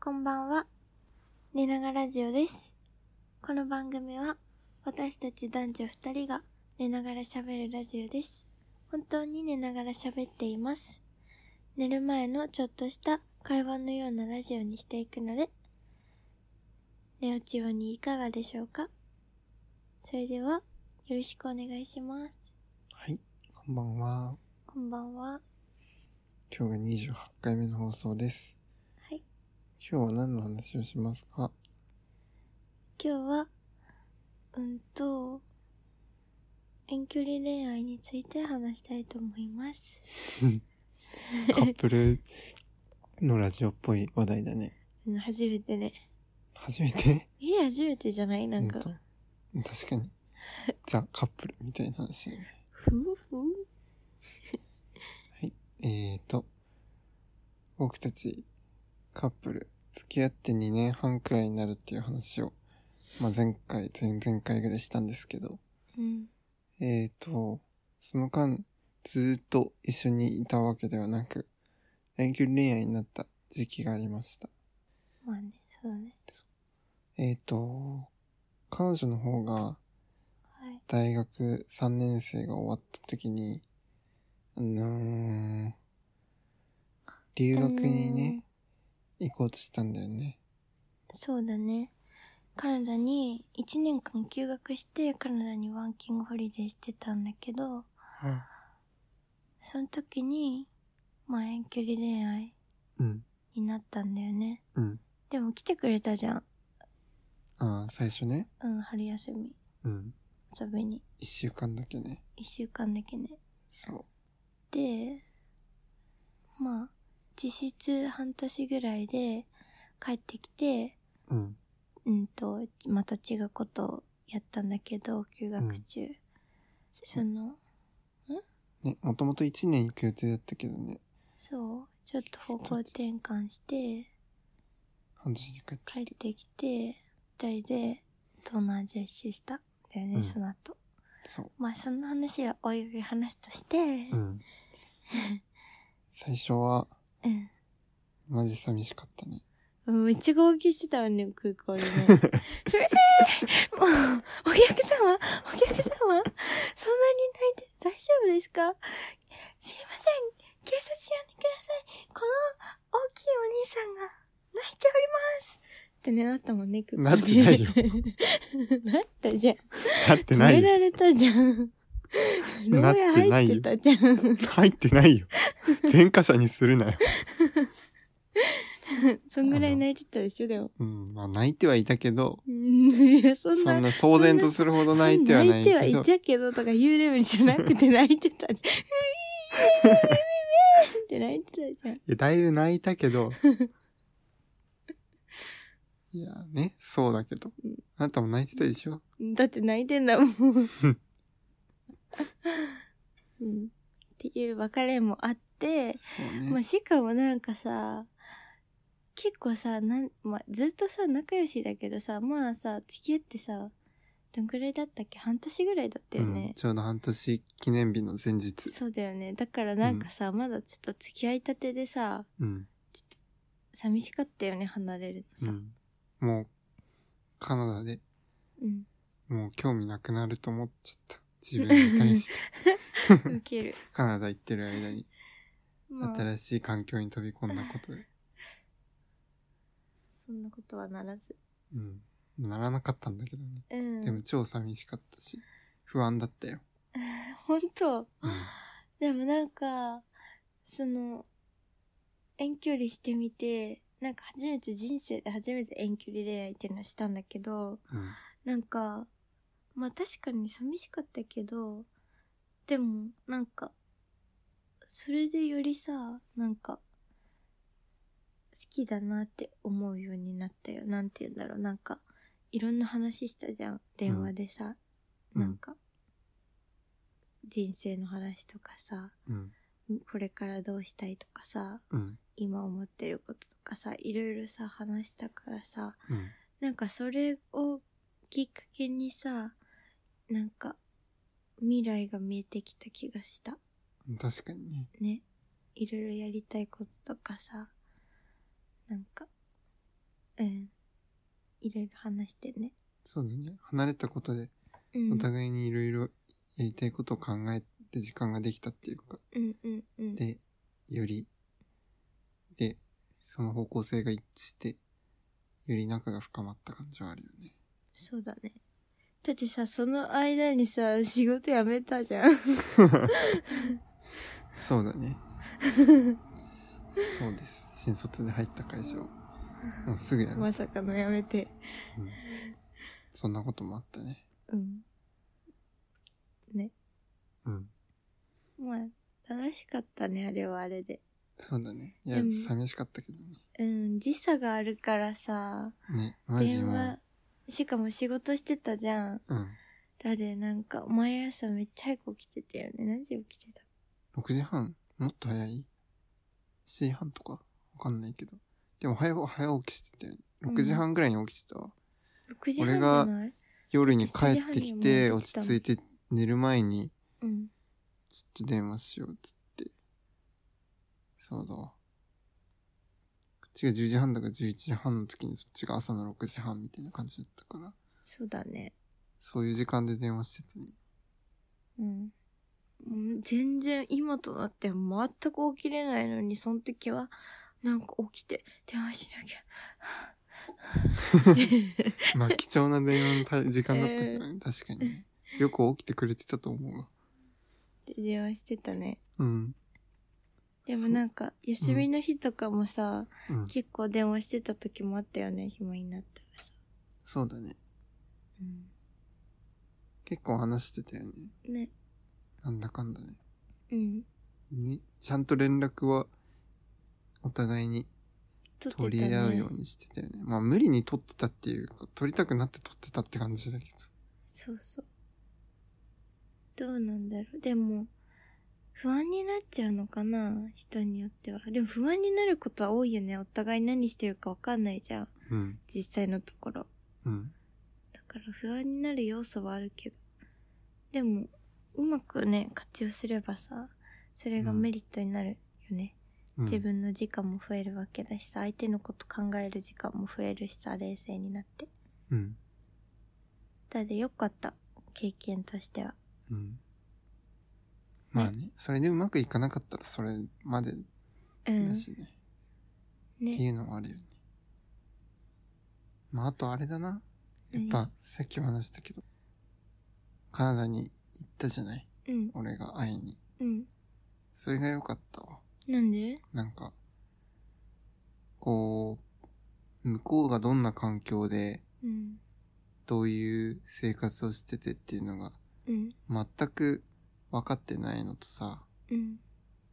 こんばんは。寝ながラジオです。この番組は私たち男女二人が寝ながら喋るラジオです。本当に寝ながら喋っています。寝る前のちょっとした会話のようなラジオにしていくので、寝落ちはにいかがでしょうかそれでは、よろしくお願いします。はい、こんばんは。こんばんは。今日が28回目の放送です。はい。今日は何の話をします か今日は、うんと、遠距離恋愛について話したいと思います。カップルのラジオっぽい話題だね。うん初めてね。初めてえ、初めてじゃないなんか、本当確かに。ザ・カップルみたいな話だね。ふうふう。えーと、僕たちカップル付き合って2年半くらいになるっていう話を、まあ、前回、前々回ぐらいしたんですけど、うん。えーと、その間、ずーっと一緒にいたわけではなく、遠距離恋愛になった時期がありました。まあね、そうだね。えーと、彼女の方がはい。大学3年生が終わった時に、あのー、留学にね、行こうとしたんだよね。そうだね。カナダに1年間休学してカナダにワーキングホリデーしてたんだけど、その時に、まあ遠距離恋愛うん、になったんだよね。うん。でも来てくれたじゃん。ああ、最初ね。うん、春休みうん。遊びに。一週間だけね。一週間だけね。そう。で、まあ、実質半年ぐらいで帰ってきて、うん。うんと、また違うことをやったんだけど、休学中。その、ね、もともと1年行く予定だったけどね、そう、ちょっと方向転換して、半年で帰ってきて帰ってきて、二人で東南アジア一周したんだよね、うんその後。そう。まあ、その話はおいおい話として、うん。最初は、 うん。マジ寂しかったね。うんめっちゃ号泣してたわね、空港で ね。えー、もう、お客様、お客様、そんなに泣いて大丈夫ですかすいません、警察呼んでください。この大きいお兄さんが泣いております。ってね、なったもんね、空港で。な ないよ。なってったじゃん。なって止なめいよ。られたじゃん。牢 なっ屋てな入いってたよじゃん。 入ってない よ。前科者にするなよ。そんぐらい泣いてたでしょ、でも。うん。まあ、泣いてはいたけど、うんいや、そんそなんな騒然とするほど泣いてはないけ泣いてどはい、たけどとか言うレベルじゃなくて泣いてたじゃん。うぃーって泣いてたじゃん。いやだいぶ泣いたけ ど、いや、ね、そうだけどうん。あなたも泣いてたでしょだって泣いてんだもん。うん、っていう別れもあって、そうまあ、ね。しかもなんかさ、結構さ、なんまあ、ずっとさ、仲良しだけどさ、まあさ、付き合ってさ、どんくらいだったっけ半年ぐらいだったうよんね。ちょうど半年記念日の前日。そうだよね。だからなんかさ、まだちょっと付き合いたてでさ、うん。寂しかったよね、離れるのうさ。んもう、カナダでうんもう興味なくなると思っちゃった。自分に対して。 受ける。カナダ行ってる間にまあ、新しい環境に飛び込んだこ とで。そんなことはならず。うん。ならなかったんだけどね。うん。でも超寂しかったし、不安だったよ。本当うん。でもなんか、その、遠距離してみて、なんか初めて人生で初めて遠距離恋愛っていうのはしたんだけど、うん。なんか、まあ確かに寂しかったけど、でもなんか、それでよりさ、なんか、好きだなって思うようになったよ。なんて言うんだろう。なんか、いろんな話したじゃん。電話でさ。うんなんか、人生の話とかさ、うん。これからどうしたいとかさ、うん。今思ってることとかさ、いろいろさ、話したからさ、うん。なんかそれをきっかけにさ、なんか未来が見えてきた気がした。確かにね。ね。いろいろやりたいこととかさ、なんかいろいろ話してね。そうだよね。離れたことで、うん。うおん互いにいろいろやりたいことを考える時間ができたっていうか、うんうん。で、より、で、その方向性が一致して、より仲が深まった感じはあるよね。そうだね。だってさ、その間にさ、仕事辞めたじゃん。そうだね。そうです。新卒で入った会社を。もうすぐやる、まさかの辞めて。うんそんなこともあったね。うん。ね。うん。まあ、楽しかったね、あれはあれで。そうだね。いやでも、寂しかったけどね。うん、時差があるからさ、ね、マジ電も話う。、しかも仕事してたじゃん。うん。だってなんか、毎朝めっちゃ早く起きてたよね。何時起きてた6時半もっと早い ?7 時半とかわかんないけど。でも早、早起きしてたよね。6時半ぐらいに起きてたわ。 ?6 時半じゃない夜に帰って7時半きて、にはもう落起きたちの着いて寝る前に、うん。ちょっと電話しようっつって。そうだわ。こっちが10時半だから11時半の時にそっちが朝の6時半みたいな感じだったから、そうだね。そういう時間で電話しててね。うん。うん全然今となっては全く起きれないのに、その時は、なんか起きて、電話しなきゃ。っ てまあ貴重な電話のた時間だったからね、確かにね。よく起きてくれてたと思うわ。で電話してたね。うん。でもなんか、休みの日とかもさ、うん。結構電話してた時もあったよね、暇になったらさ。そうだね。う結構話してたよね。ん。ね。なんだかんだね。うん。にちゃんと連絡は、お互いに撮ってたね。取り合うようにしてたよね。まあ無理に取ってたっていうか、取りたくなって取ってたって感じだけど。そうそう。どうなんだろう。でも、不安になっちゃうのかな人によっては。でも不安になることは多いよね。お互い何してるかわかんないじゃん。うん。実際のところ。うん。だから不安になる要素はあるけど。でも、うまくね、活用すればさ、それがメリットになるよね。うん自分の時間も増えるわけだしさ、相手のこと考える時間も増えるしさ、冷静になって。うん。だってよかった。経験としては。うん。まあね、それでうまくいかなかったらそれまでうん。だねしね。っていうのはあるよね。まああとあれだな。やっぱさっきも話したけど、カナダに行ったじゃないうん、俺が会いに。うん。それが良かったわ。なんでなんか、こう、向こうがどんな環境で、うん、どういう生活をしててっていうのが、うん、全く分かってないのとさ、うん、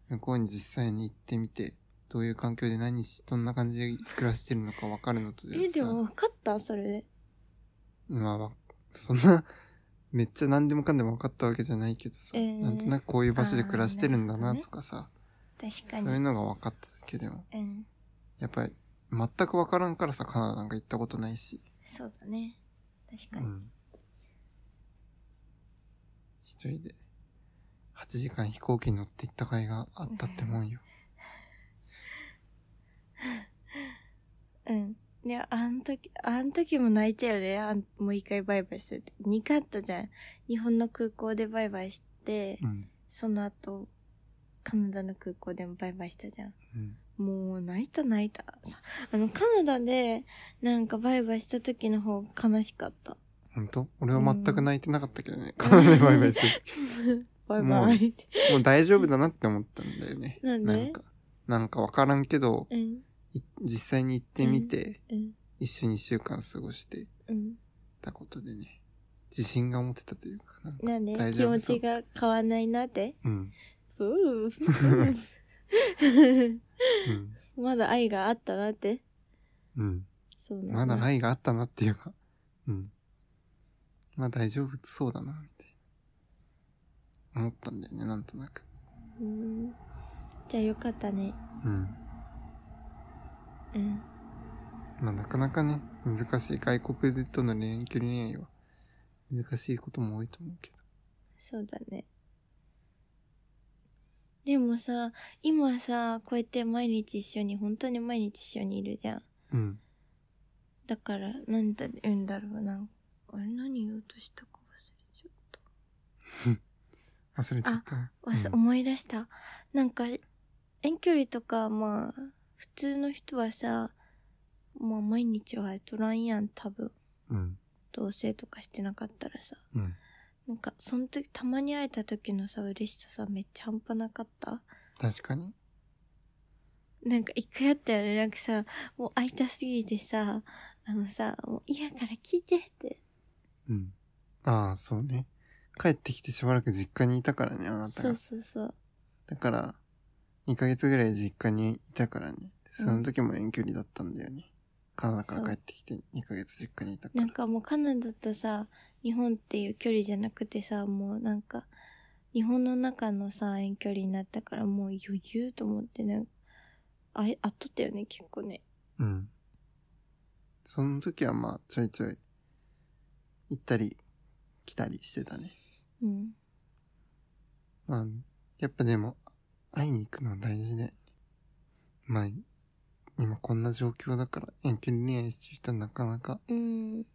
向こうに実際に行ってみて、どういう環境で何し、どんな感じで暮らしてるのか分かるのとではえ、でさも、分かったそれで。まあわ、そんな、めっちゃ何でもかんでも分かったわけじゃないけどさ、えーなんとなくこういう場所で暮らしてるんだあーなるなほどねとかさ、確そかういうに。のが分かっただけでも、うん、やっぱり全く分からんからさ、カナダなんか行ったことないし、そうだね。確かうに。ん一人で8時間飛行機に乗って行った甲斐があったってもんよ。うん。いや、あの時、あの時も泣いたよね。あんもう一回バイバイする時。二回あったじゃん。日本の空港でバイバイして、 うん。その後、カナダの空港でもバイバイしたじゃん。うん。もう、泣いた泣いた。さ、あの、カナダで、なんかバイバイした時の方が悲しか った。ほんと俺は全く泣いてなかったけどね。カナダでバイバイ する。バイバイ。もう大丈夫だなって思ったんだよね。なんでか、なんかわからんけど、うん、い実際に行ってみて、うん、一緒に一週間過ごしてうん。たことでね、自信が持てたというかなんか。なんで大気丈夫持そうちが変わらないなってうん。ふ ううん。まだ愛があったなってうん。そうなまんだ愛があったなっていうか、うん。まあ大丈夫そうだな、みたいな。思ったんだよね、なんとなく。うんじゃあよかったね。うん。うん。まあなかなかね、難しい。外国でとの恋愛距離恋愛は、難しいことも多いと思うけど。そうだね。でもさ、今さ、こうやって毎日一緒に、本当に毎日一緒にいるじゃん。うん。だから、なんだ、言うんだろうな。あれ、何言おうとしたか忘れちゃった。忘れちゃった。わすうん思い出した。なんか、遠距離とか、まあ、普通の人はさ、まあ、毎日はトランやん、多分。うん。同棲とかしてなかったらさ。うん。なんか、その時、たまに会えた時のさ、嬉しささ、めっちゃ半端なかった。確かに。なんか、一回会ったよね。なんかさ、もう会いたすぎてさ、あのさ、もう嫌から聞いてって。うん。ああ、そうね。帰ってきてしばらく実家にいたからね、あなたそうが。そうそう。だから、2ヶ月ぐらい実家にいたからね。うんその時も遠距離だったんだよね。カナダからそう帰ってきて2ヶ月実家にいたかならん。かもうカナダとさ、日本っていう距離じゃなくてさ、もうなんか、日本の中のさ、遠距離になったからもう余裕と思ってね、あい、あっとったよね、結構ね。うん。その時はまあ、ちょいちょい、行ったり、来たりしてたね。うん。まあ、やっぱでも、会いに行くのは大事で。まあ、今こんな状況だから、遠距離恋愛してる人はなかなかうん。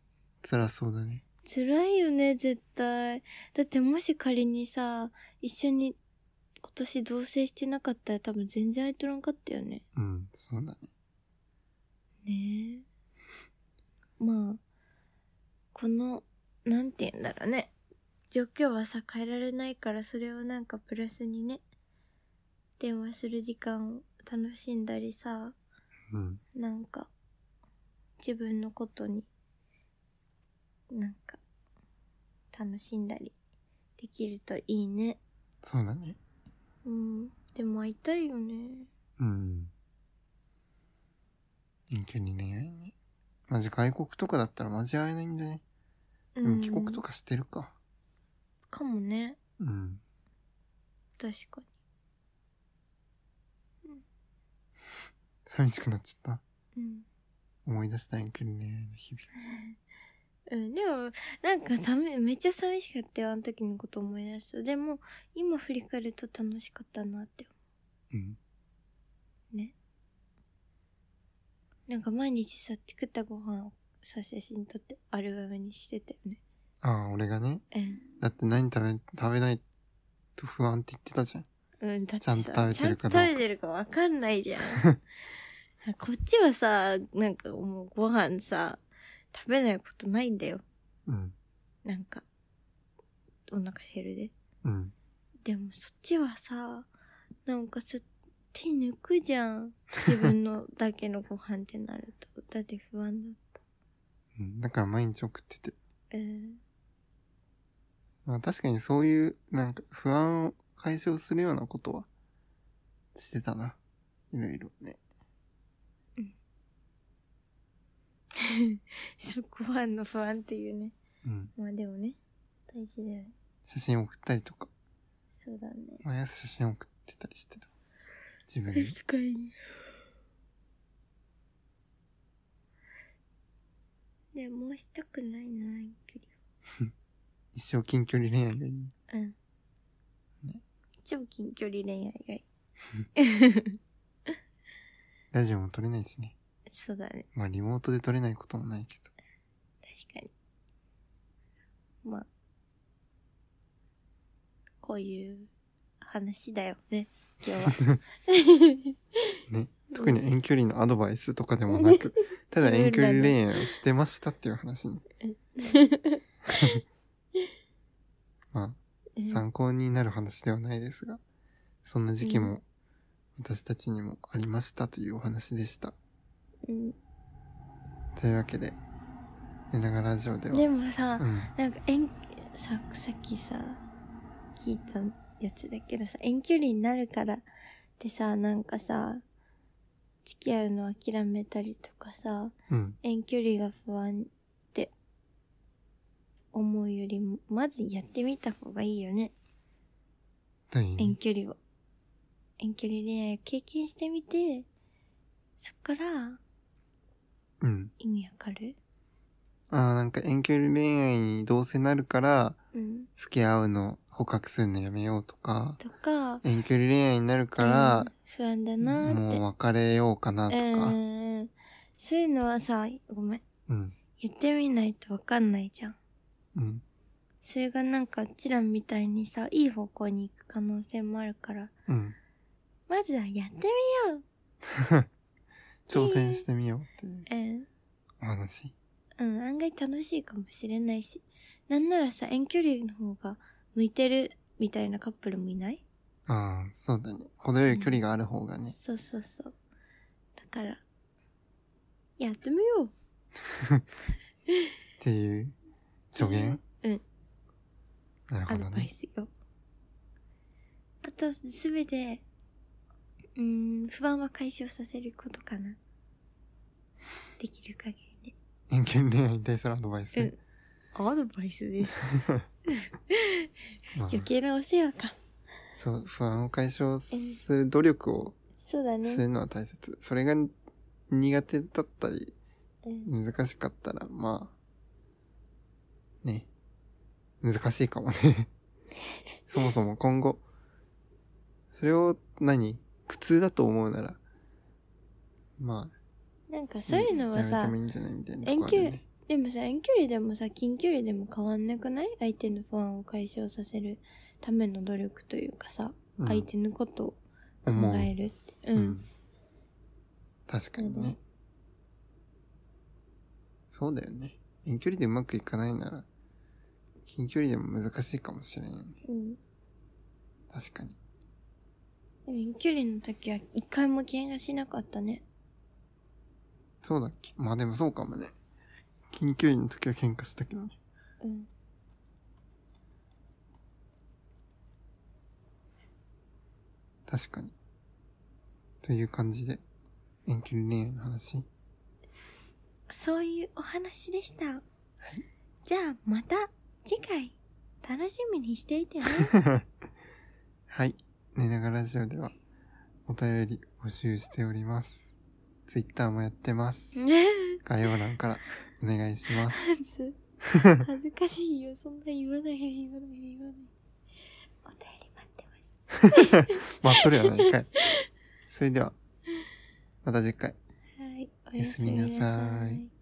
辛そうだね。辛いよね、絶対。だってもし仮にさ、一緒に今年同棲してなかったら多分全然会いとらんかったよね。うん、そうだね。ねえ。まあ、この、なんて言うんだろうね。状況はさ、変えられないから、それをなんかプラスにね、電話する時間を楽しんだりさ、うん。なんか、自分のことに、なんか、楽しんだりできるといいね。そうだね。うん。でも会いたいよね。うん。遠距離恋愛ね。マジ外国とかだったらマジ会えないんだね。でうもん。帰国とかしてるか。かもね。うん。確か寂しくなっちゃった。に。うん。思い出した遠距離恋愛の日々。 うん、でも、なんかさみ、めっちゃ寂しかったよ、あの時のこと思い出した。でも、今振り返ると楽しかったなって。うん。なんか毎日さ、作ったご飯をさ、写真撮ってアルバムにしてたよね。ああ、俺がね。だって何食べ、食べないと不安って言ってたじゃん。うん。うん、だってちゃんと食べてるかどうちかゃんと食べてるかわかんないじゃん。こっちはさ、なんかもうご飯さ、食べないことないんだよ。うん。なんか、お腹減るで。うん。でもそっちはさなんかさ手抜くじゃん自分のだけのご飯ってなると だって不安だっうんだから毎日送ってて。たうんまあ確かにそういう、なんか不安を解消するようなことはしてたな。いろいろね。 そうご飯の不安っていうねうん。まあでもね大事だよね写真送ったりとか。そうだね毎朝写真送ってたりしてた。自分 に。確かにでもうしたくないな遠距一生近距離恋愛がいい。離うんね超近距離恋愛がいい ラジオも撮れないしね。そうだねまあリモートで撮れないこともないけど。確かに。まあ、こういう話だよね、今日は。ね。特に遠距離のアドバイスとかでも なく、ただ遠距離恋愛をしてましたっていう話に。まあ、参考になる話ではないですが、そんな時期も私たちにもありましたというお話でした。うんというわけで、寝ながらラジオでは、でもさう、ん、なんか遠、さ、さっきさ、聞いたやつだけどさ、遠距離になるからってさ、なんかさ、付き合うの諦めたりとかさ、うん、遠距離が不安って思うよりも、まずやってみた方がいいよね。どういう意遠味距離を遠距離恋愛を経験してみてそっからうん。意味わかるああ、なんか遠距離恋愛にどうせなるから、うん付き合うの、告白するのやめようとか、とか遠距離恋愛になるからうん、不安だなもうーっ別れようかなとてか、うんそういうのはさごめんうん。言ってみないとわかんないじゃん。うん。それがなんかうちらみたいにさ、いい方向に行く可能性もあるから、うん。まずはやってみよ挑戦してみようっていうう。うん。お話。うん、案外楽しいかもしれないし。なんならさ、遠距離の方が向いてるみたいなカップルもいないああ、そうだね。程よい距離がある方がね。そうそうそう。だから、やってみよっていう助言うん。うなるアほドどバイね。スよ。あと、すべて、うーん、不安は解消させることかな。できる限りね。遠距離恋愛に対するアドバイス。うん。アドバイスです。まあ余計なお世話か。そう、不安を解消する努力をそうだするね。のは大切。それが苦手だったり、うん難しかったら、まあ、ね、難しいかもね。 そもそも今後、それを何苦痛だと思うなら、まあ、なんかそういうのはやめてさもい、いんじゃないみたいなとこあるね。でもさ、遠距離でもさ、近距離でも変わんなくない相手の不安を解消させるための努力というかさ、うん相手のことを考思うえるって。ううんん。確かにうんね。そうだよね。遠距離でうまくいかないなら、近距離でも難しいかもしれない。うん。で確かに。も遠距離の時は一回も喧嘩しなかったね。そうだっけまあでもそうかもね。近距離の時は喧嘩したけどね。うん。確かに。という感じで、遠距離恋愛の話。そういうお話でした。じゃあまた次回楽しみにしていてね。はい。寝ながらラジオでは、お便り募集しております。ツイッターもやってます。概要欄からお願いします。恥ず恥ずかしいよ。そんな言わないで言わないで言わないで。お便り待ってます。待っとるやないかい。それでは、また次回。はい。おやすみなさい。